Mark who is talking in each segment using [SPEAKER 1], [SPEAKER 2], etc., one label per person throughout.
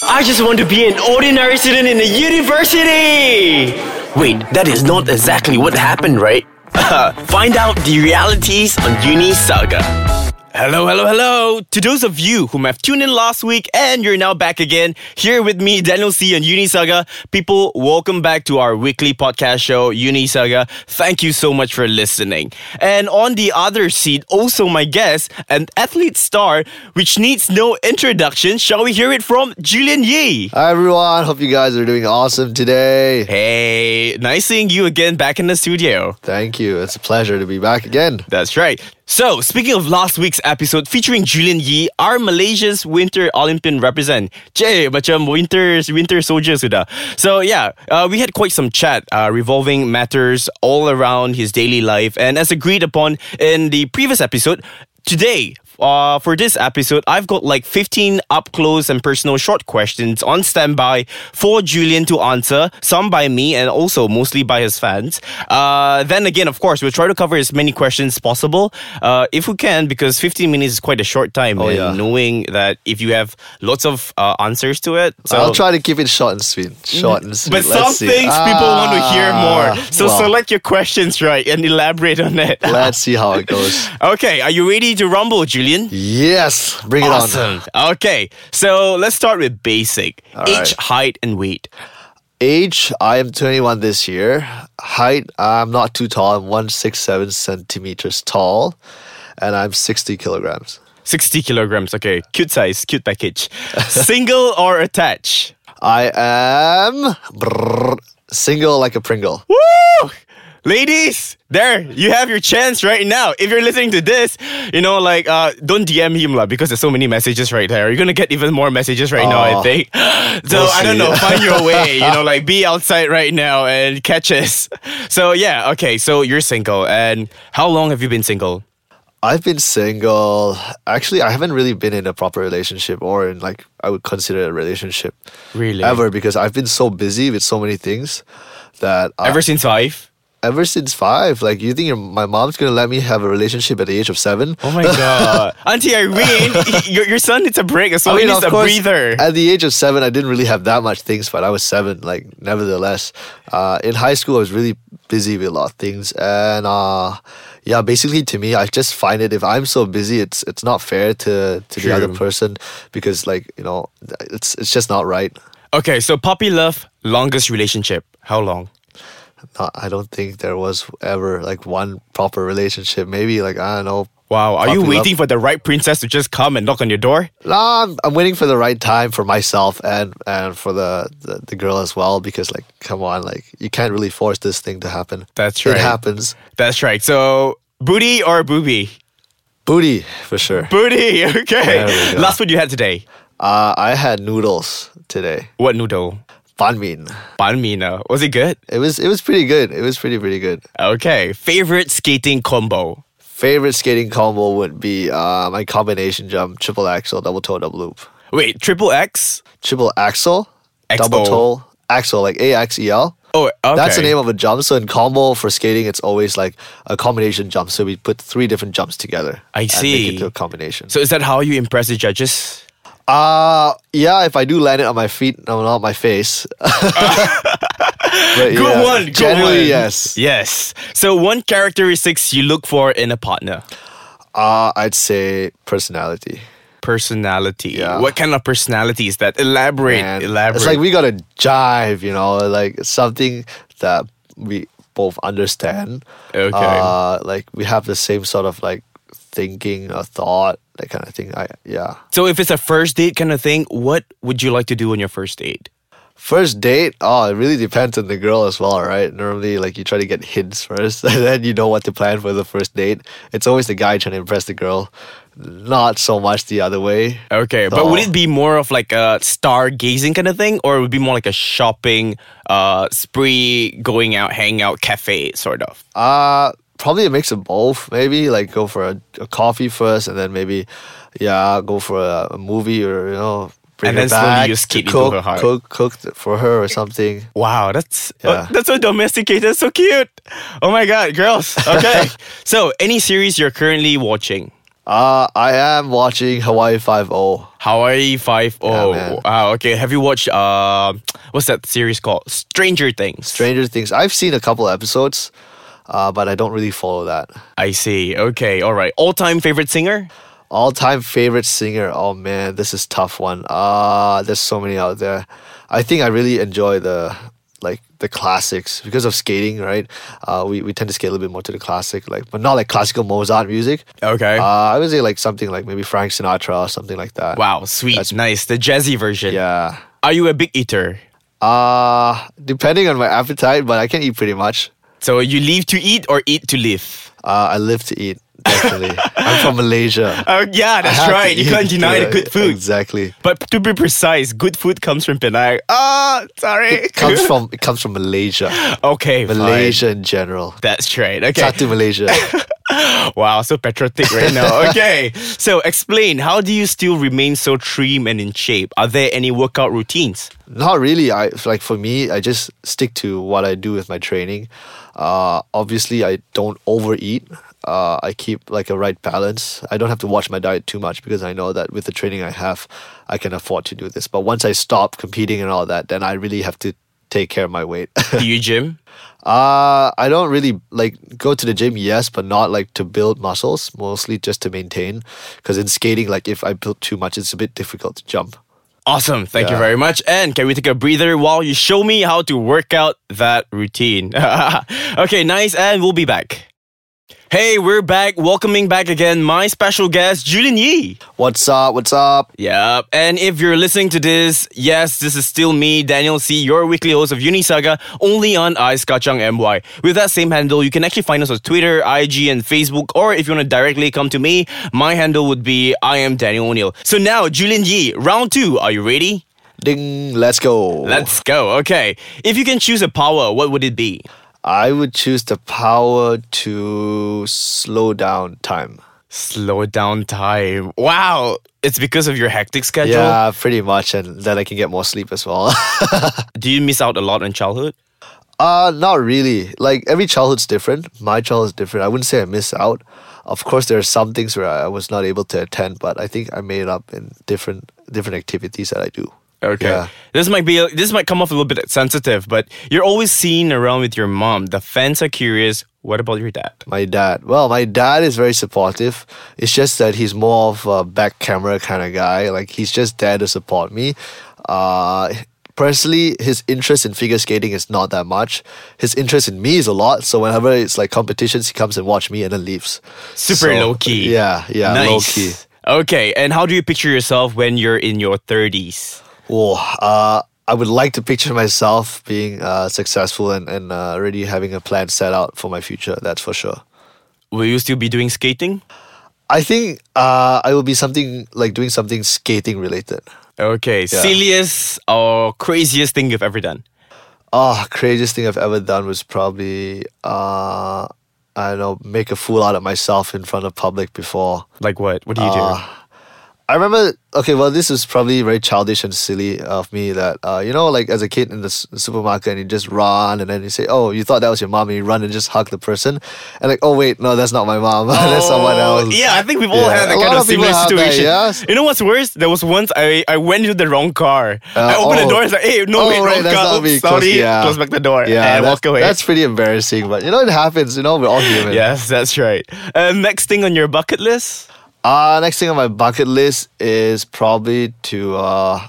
[SPEAKER 1] I just want to be an ordinary student in a university! Wait, that is not exactly what happened, right? Find out the realities on Uni Saga. Hello, hello, hello! To those of you whom have tuned in last week and you're now back again, here with me, Daniel C. on Unisaga. People, welcome back to our weekly podcast show, Unisaga. Thank you so much for listening. And on the other seat, also my guest, an athlete star, which needs no introduction. Shall we hear it from Julian Yee?
[SPEAKER 2] Hi everyone, hope you guys are doing awesome today.
[SPEAKER 1] Hey, nice seeing you again back in the studio.
[SPEAKER 2] Thank you. It's a pleasure to be back again.
[SPEAKER 1] That's right. So, speaking of last week's episode featuring Julian Yee, our Malaysia's Winter Olympian represent. Jay, macam winter, winter soldier sudah. So, yeah, uh, we had quite some chat uh, revolving matters all around his daily life. And as agreed upon in the previous episode, today, uh, for this episode, I've got like 15 up close and personal short questions on standby for Julian to answer, some by me and also mostly by his fans. Uh, then again, of course, we'll try to cover as many questions as possible uh, if we can, because 15 minutes is quite a short time. and
[SPEAKER 2] Oh, yeah.
[SPEAKER 1] knowing that if you have lots of uh, answers to it, so
[SPEAKER 2] I'll try to keep it short and sweet. Short and sweet.
[SPEAKER 1] But some
[SPEAKER 2] Let's see.
[SPEAKER 1] things people want to hear
[SPEAKER 2] Ah,
[SPEAKER 1] more. So
[SPEAKER 2] well,
[SPEAKER 1] select your questions right and elaborate on it.
[SPEAKER 2] Let's see how it goes.
[SPEAKER 1] okay, are you ready to rumble, Julian?
[SPEAKER 2] Yes, bring it on.
[SPEAKER 1] Awesome. Okay, so let's start with basic age,
[SPEAKER 2] right.
[SPEAKER 1] height, and weight.
[SPEAKER 2] Age, I am 21 this year. Height, I'm not too tall. I'm 167 centimeters tall, and I'm 60 kilograms.
[SPEAKER 1] 60 kilograms. Okay, cute size, cute package. Single or attached?
[SPEAKER 2] I am brrr, single like a Pringle.
[SPEAKER 1] Woo! Ladies, there you have your chance right now. If you're listening to this, you know, like, uh, don't DM him lah because there's so many messages right there. You're gonna get even more messages right now. I
[SPEAKER 2] Oh.
[SPEAKER 1] think. So
[SPEAKER 2] We'll
[SPEAKER 1] I don't
[SPEAKER 2] see.
[SPEAKER 1] know. Find your way. You know, like be outside right now and catch us. So yeah, okay. So you're single, and how long have you been single?
[SPEAKER 2] I've been single. Actually, I haven't really been in a proper relationship or in like I would consider a relationship
[SPEAKER 1] Really?
[SPEAKER 2] ever because I've been so busy with so many things that I-
[SPEAKER 1] Ever since five?
[SPEAKER 2] ever since five. Like, you think your, my mom's gonna let me have a relationship at the age of seven?
[SPEAKER 1] Oh my god. Auntie Irene, your, your son needs a break as well. Oh, he needs a breather.
[SPEAKER 2] At the age of seven, I didn't really have that much things, but I was seven. Like, nevertheless, uh, in high school, I was really busy with a lot of things, and uh, yeah, basically to me, I just find it if I'm so busy, it's it's not fair to to the other
[SPEAKER 1] True.
[SPEAKER 2] person because like you know, it's it's just not right.
[SPEAKER 1] Okay, so puppy love, longest relationship. How long?
[SPEAKER 2] Not, I don't think there was ever like one proper relationship. Maybe like I don't know.
[SPEAKER 1] Wow, are you
[SPEAKER 2] Puppy love.
[SPEAKER 1] waiting for the right princess to just come and knock on your door?
[SPEAKER 2] Nah, I'm, I'm waiting for the right time for myself and and for the, the the girl as well because like come on like you can't really force this thing to happen.
[SPEAKER 1] That's
[SPEAKER 2] It
[SPEAKER 1] right.
[SPEAKER 2] happens.
[SPEAKER 1] That's right. So, booty or booby?
[SPEAKER 2] Booty for sure.
[SPEAKER 1] Booty, okay.
[SPEAKER 2] There we go.
[SPEAKER 1] Last food you had today.
[SPEAKER 2] Uh, I had noodles today.
[SPEAKER 1] What noodle?
[SPEAKER 2] Ban mein.
[SPEAKER 1] Ban mi na. Was it good?
[SPEAKER 2] It was it was pretty good. It was pretty pretty good.
[SPEAKER 1] Okay. Favorite skating combo?
[SPEAKER 2] Favorite skating combo would be uh, my combination jump, triple axel, double toe, double loop,
[SPEAKER 1] Wait, triple X?
[SPEAKER 2] triple axel, double
[SPEAKER 1] Axel.
[SPEAKER 2] toe, axel like A X E L.
[SPEAKER 1] Oh, okay.
[SPEAKER 2] That's the name of a jump. So in combo for skating, it's always like a combination jump. So we put three different jumps together.
[SPEAKER 1] I
[SPEAKER 2] And
[SPEAKER 1] see.
[SPEAKER 2] make it into a combination.
[SPEAKER 1] So, is that how you impress the judges?
[SPEAKER 2] uh yeah, if I do land it on my feet, no, not my face. But
[SPEAKER 1] Good
[SPEAKER 2] yeah,
[SPEAKER 1] one. Good
[SPEAKER 2] generally,
[SPEAKER 1] one.
[SPEAKER 2] yes.
[SPEAKER 1] Yes. So one characteristics you look for in a partner.
[SPEAKER 2] Uh, I'd say personality.
[SPEAKER 1] Personality.
[SPEAKER 2] Yeah.
[SPEAKER 1] What kind of personality is that? Elaborate.
[SPEAKER 2] And
[SPEAKER 1] elaborate.
[SPEAKER 2] It's like we gotta jive, you know, like something that we both understand.
[SPEAKER 1] Okay.
[SPEAKER 2] Uh, like we have the same sort of like thinking or thought, that kind of thing. I yeah.
[SPEAKER 1] so if it's a first date kind of thing, what would you like to do on your first date?
[SPEAKER 2] First date, oh, it really depends on the girl as well, right? Normally, like you try to get hints first, and then you know what to plan for the first date. It's always the guy trying to impress the girl, not so much the other way.
[SPEAKER 1] Okay, but would
[SPEAKER 2] So-
[SPEAKER 1] it be more of like a stargazing kind of thing, or would it be more like a shopping uh, spree, going out, hang out, cafe sort of?
[SPEAKER 2] Uh probably a mix of both. Maybe like go for a, a coffee first, and then maybe, yeah, go for a, a movie or you know. Bring
[SPEAKER 1] And
[SPEAKER 2] her
[SPEAKER 1] then slowly
[SPEAKER 2] back
[SPEAKER 1] you
[SPEAKER 2] to
[SPEAKER 1] skate into
[SPEAKER 2] cook,
[SPEAKER 1] her heart.
[SPEAKER 2] cook, cook th- for her or something.
[SPEAKER 1] Wow, that's
[SPEAKER 2] Yeah.
[SPEAKER 1] uh, that's so domesticated, so cute. Oh my god, girls. Okay, so any series you're currently watching?
[SPEAKER 2] Uh, I am watching Hawaii Five O.
[SPEAKER 1] Hawaii Five O.
[SPEAKER 2] Yeah, man.
[SPEAKER 1] wow. Okay. Have you watched uh, what's that series called? Stranger Things.
[SPEAKER 2] Stranger Things. I've seen a couple episodes, uh, but I don't really follow that.
[SPEAKER 1] I see. Okay. All right. All time favorite singer.
[SPEAKER 2] All time favorite singer. Oh man, this is tough one. Ah, there's so many out there. I think I really enjoy the like the classics because of skating, right? Uh, we, we tend to skate a little bit more to the classic, like but not like classical Mozart music.
[SPEAKER 1] Okay.
[SPEAKER 2] Uh, I would say like something like maybe Frank Sinatra or something like that.
[SPEAKER 1] wow. Sweet. nice. The jazzy version.
[SPEAKER 2] Yeah.
[SPEAKER 1] Are you a big eater?
[SPEAKER 2] Uh depending on my appetite, but I can eat pretty much.
[SPEAKER 1] So you live to eat or eat to live?
[SPEAKER 2] Uh, I live to eat. Definitely, I'm from Malaysia.
[SPEAKER 1] Oh yeah,
[SPEAKER 2] I
[SPEAKER 1] that's
[SPEAKER 2] have to
[SPEAKER 1] right. You
[SPEAKER 2] eat.
[SPEAKER 1] can't deny the
[SPEAKER 2] Yeah,
[SPEAKER 1] good food.
[SPEAKER 2] Exactly.
[SPEAKER 1] But to be precise, good food comes from Penang. Ah, sorry.
[SPEAKER 2] Comes from it comes from Malaysia.
[SPEAKER 1] okay, fine.
[SPEAKER 2] Malaysia in general.
[SPEAKER 1] That's right. Okay.
[SPEAKER 2] Shout to Malaysia.
[SPEAKER 1] Wow, so patriotic right now. Okay. So explain, how do you still remain so trim and in shape? Are there any workout routines?
[SPEAKER 2] Not really. I like for me, I just stick to what I do with my training. Uh, obviously, I don't overeat. Uh, I keep like a right balance. I don't have to watch my diet too much because I know that with the training I have, I can afford to do this. But once I stop competing and all that, then I really have to take care of my weight.
[SPEAKER 1] Do you gym?
[SPEAKER 2] Uh, I don't really like go to the gym, yes, but not like to build muscles, mostly just to maintain. Because in skating, like if I build too much, it's a bit difficult to jump.
[SPEAKER 1] Awesome. Thank you
[SPEAKER 2] Yeah.
[SPEAKER 1] very much. And can we take a breather while you show me how to work out that routine? okay, nice. And we'll be back. Hey, we're back. Welcoming back again my special guest, Julian Yee.
[SPEAKER 2] What's up? What's up?
[SPEAKER 1] Yep. And if you're listening to this, yes, this is still me, Daniel C., your weekly host of Unisaga, only on iSkachang MY. With that same handle, you can actually find us on Twitter, IG, and Facebook, or if you want to directly come to me, my handle would be I am Daniel O'Neill. So now, Julian Yi, round two. Are you ready?
[SPEAKER 2] Ding! Let's go.
[SPEAKER 1] Let's go. Okay. If you can choose a power, what would it be?
[SPEAKER 2] I would choose the power to slow down time.
[SPEAKER 1] Slow down time. Wow. It's because of your hectic schedule.
[SPEAKER 2] Yeah, pretty much, and then I can get more sleep as well.
[SPEAKER 1] Do you miss out a lot on childhood?
[SPEAKER 2] Uh, not really. Like every childhood's different. My childhood's different. I wouldn't say I miss out. Of course, there are some things where I was not able to attend, but I think I made up in different different activities that I do.
[SPEAKER 1] Okay.
[SPEAKER 2] Yeah.
[SPEAKER 1] This might be this might come off a little bit sensitive, but you're always seen around with your mom. The fans are curious. What about your dad?
[SPEAKER 2] My dad. Well, my dad is very supportive. It's just that he's more of a back camera kind of guy. Like he's just there to support me. Uh, personally, his interest in figure skating is not that much. His interest in me is a lot. So whenever it's like competitions, he comes and watch me and then leaves.
[SPEAKER 1] Super
[SPEAKER 2] So,
[SPEAKER 1] low key.
[SPEAKER 2] Yeah, yeah,
[SPEAKER 1] nice.
[SPEAKER 2] low key.
[SPEAKER 1] Okay, and how do you picture yourself when you're in your 30s?
[SPEAKER 2] Whoa. Uh, I would like to picture myself being uh, successful and, and uh, already having a plan set out for my future, that's for sure.
[SPEAKER 1] Will you still be doing skating?
[SPEAKER 2] I think uh, I will be something like doing something skating related.
[SPEAKER 1] Okay, silliest or craziest thing you've ever done?
[SPEAKER 2] Oh, craziest thing I've ever done was probably, uh, I don't know, make a fool out of myself in front of public before.
[SPEAKER 1] Like what? What do you
[SPEAKER 2] Ah,
[SPEAKER 1] do?
[SPEAKER 2] I remember. Okay, well, this is probably very childish and silly of me. That uh, you know, like as a kid in the s- supermarket, and you just run, and then you say, "Oh, you thought that was your mom," and you run and just hug the person, and like, "Oh, wait, no, that's not my mom. that's someone
[SPEAKER 1] Oh,
[SPEAKER 2] else."
[SPEAKER 1] Yeah, I think we've all
[SPEAKER 2] Yeah,
[SPEAKER 1] had that
[SPEAKER 2] a
[SPEAKER 1] kind
[SPEAKER 2] lot
[SPEAKER 1] of
[SPEAKER 2] of people
[SPEAKER 1] similar
[SPEAKER 2] have that,
[SPEAKER 1] situation.
[SPEAKER 2] yes.
[SPEAKER 1] You know what's worse? There was once I, I went into the wrong car. I
[SPEAKER 2] Uh,
[SPEAKER 1] opened the
[SPEAKER 2] oh.
[SPEAKER 1] door. It's like, hey, no,
[SPEAKER 2] Oh,
[SPEAKER 1] wait,
[SPEAKER 2] right,
[SPEAKER 1] wrong
[SPEAKER 2] that's
[SPEAKER 1] car. Oops,
[SPEAKER 2] not me.
[SPEAKER 1] sorry.
[SPEAKER 2] Close- yeah.
[SPEAKER 1] Close back the door and
[SPEAKER 2] that's-
[SPEAKER 1] walk away.
[SPEAKER 2] That's pretty embarrassing, but you know it happens. You know we're all human.
[SPEAKER 1] Yes, that's right. Uh, next thing on your bucket list?
[SPEAKER 2] Uh, next thing on my bucket list is probably to uh,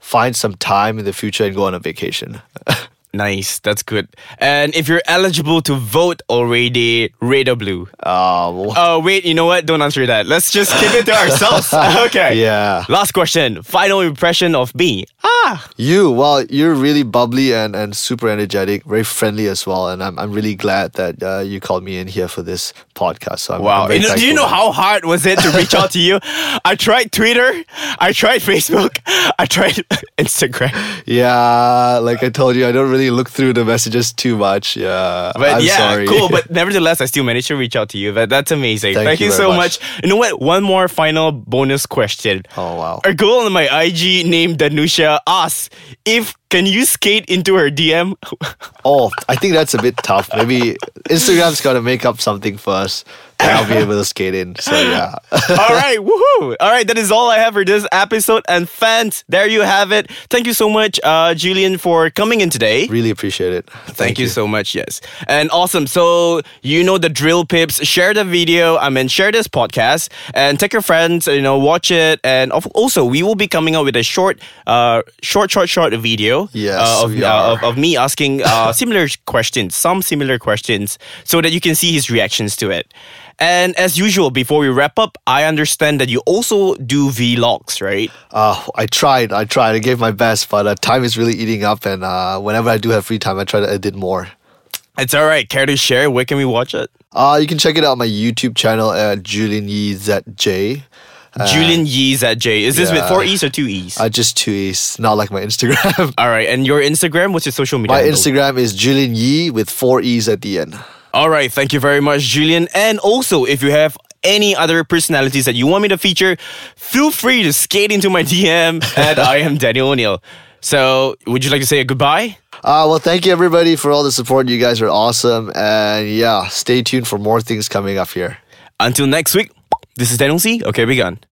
[SPEAKER 2] find some time in the future and go on a vacation.
[SPEAKER 1] Nice, that's good. And if you're eligible to vote already, red or blue?
[SPEAKER 2] Uh, well,
[SPEAKER 1] Oh, wait, you know what? Don't answer that. Let's just keep it to ourselves. okay.
[SPEAKER 2] Yeah.
[SPEAKER 1] Last question. Final impression of me. Ah,
[SPEAKER 2] You, well, you're really bubbly and, and super energetic, very friendly as well. And I'm, I'm really glad that uh, you called me in here for this podcast. So I'm,
[SPEAKER 1] wow.
[SPEAKER 2] I'm very
[SPEAKER 1] You know, do you
[SPEAKER 2] thankful.
[SPEAKER 1] know how hard was it to reach out to you? I tried Twitter, I tried Facebook, I tried Instagram.
[SPEAKER 2] Yeah, like I told you, I don't really look through the messages too much. Yeah.
[SPEAKER 1] But
[SPEAKER 2] I'm
[SPEAKER 1] yeah,
[SPEAKER 2] sorry.
[SPEAKER 1] cool. But nevertheless, I still managed to reach out to you. But that's amazing.
[SPEAKER 2] Thank you
[SPEAKER 1] you,
[SPEAKER 2] very
[SPEAKER 1] so much.
[SPEAKER 2] much.
[SPEAKER 1] You know what? One more final bonus question.
[SPEAKER 2] oh, wow.
[SPEAKER 1] A girl on my IG named Danusha asks if Can you skate into her DM?
[SPEAKER 2] Oh, I think that's a bit tough. Maybe Instagram's got to make up something first, and I'll be able to skate in. So yeah,
[SPEAKER 1] all right, woohoo! All right, that is all I have for this episode. And fans, there you have it. Thank you so much, uh, Julian, for coming in today.
[SPEAKER 2] really appreciate it.
[SPEAKER 1] Thank you. so much. Yes. And awesome. So, you know the drill pips. Share the video. I mean, share this podcast and take your friends, you know, watch it. And of- also, we will be coming out with a short, uh, short, short, short video
[SPEAKER 2] Yes,
[SPEAKER 1] uh, of, uh,
[SPEAKER 2] we are.
[SPEAKER 1] of, of me asking uh, similar questions, some similar questions, so that you can see his reactions to it. And as usual, before we wrap up, I understand that you also do vlogs, right?
[SPEAKER 2] Uh, I tried. I tried. I gave my best, but uh, time is really eating up. And uh, whenever I do have free time, I try to edit more.
[SPEAKER 1] It's all right. Care to share? Where can we watch it?
[SPEAKER 2] Uh, you can check it out on my YouTube channel at Julian Yee ZJ.
[SPEAKER 1] Julian Yee's at J. Is this with
[SPEAKER 2] Uh, yeah.
[SPEAKER 1] four E's or two E's?
[SPEAKER 2] Uh, just two E's, not like my Instagram.
[SPEAKER 1] All right, and your Instagram? What's your social media?
[SPEAKER 2] my
[SPEAKER 1] handle?
[SPEAKER 2] Instagram is Julian Yee with four E's at the end.
[SPEAKER 1] All right, thank you very much, Julian. And also, if you have any other personalities that you want me to feature, feel free to skate into my DM and I am Daniel O'Neill. So, would you like to say a goodbye?
[SPEAKER 2] Uh, well, thank you everybody for all the support. You guys are awesome. And yeah, stay tuned for more things coming up here.
[SPEAKER 1] Until next week, this is Daniel C. Okay, we gone.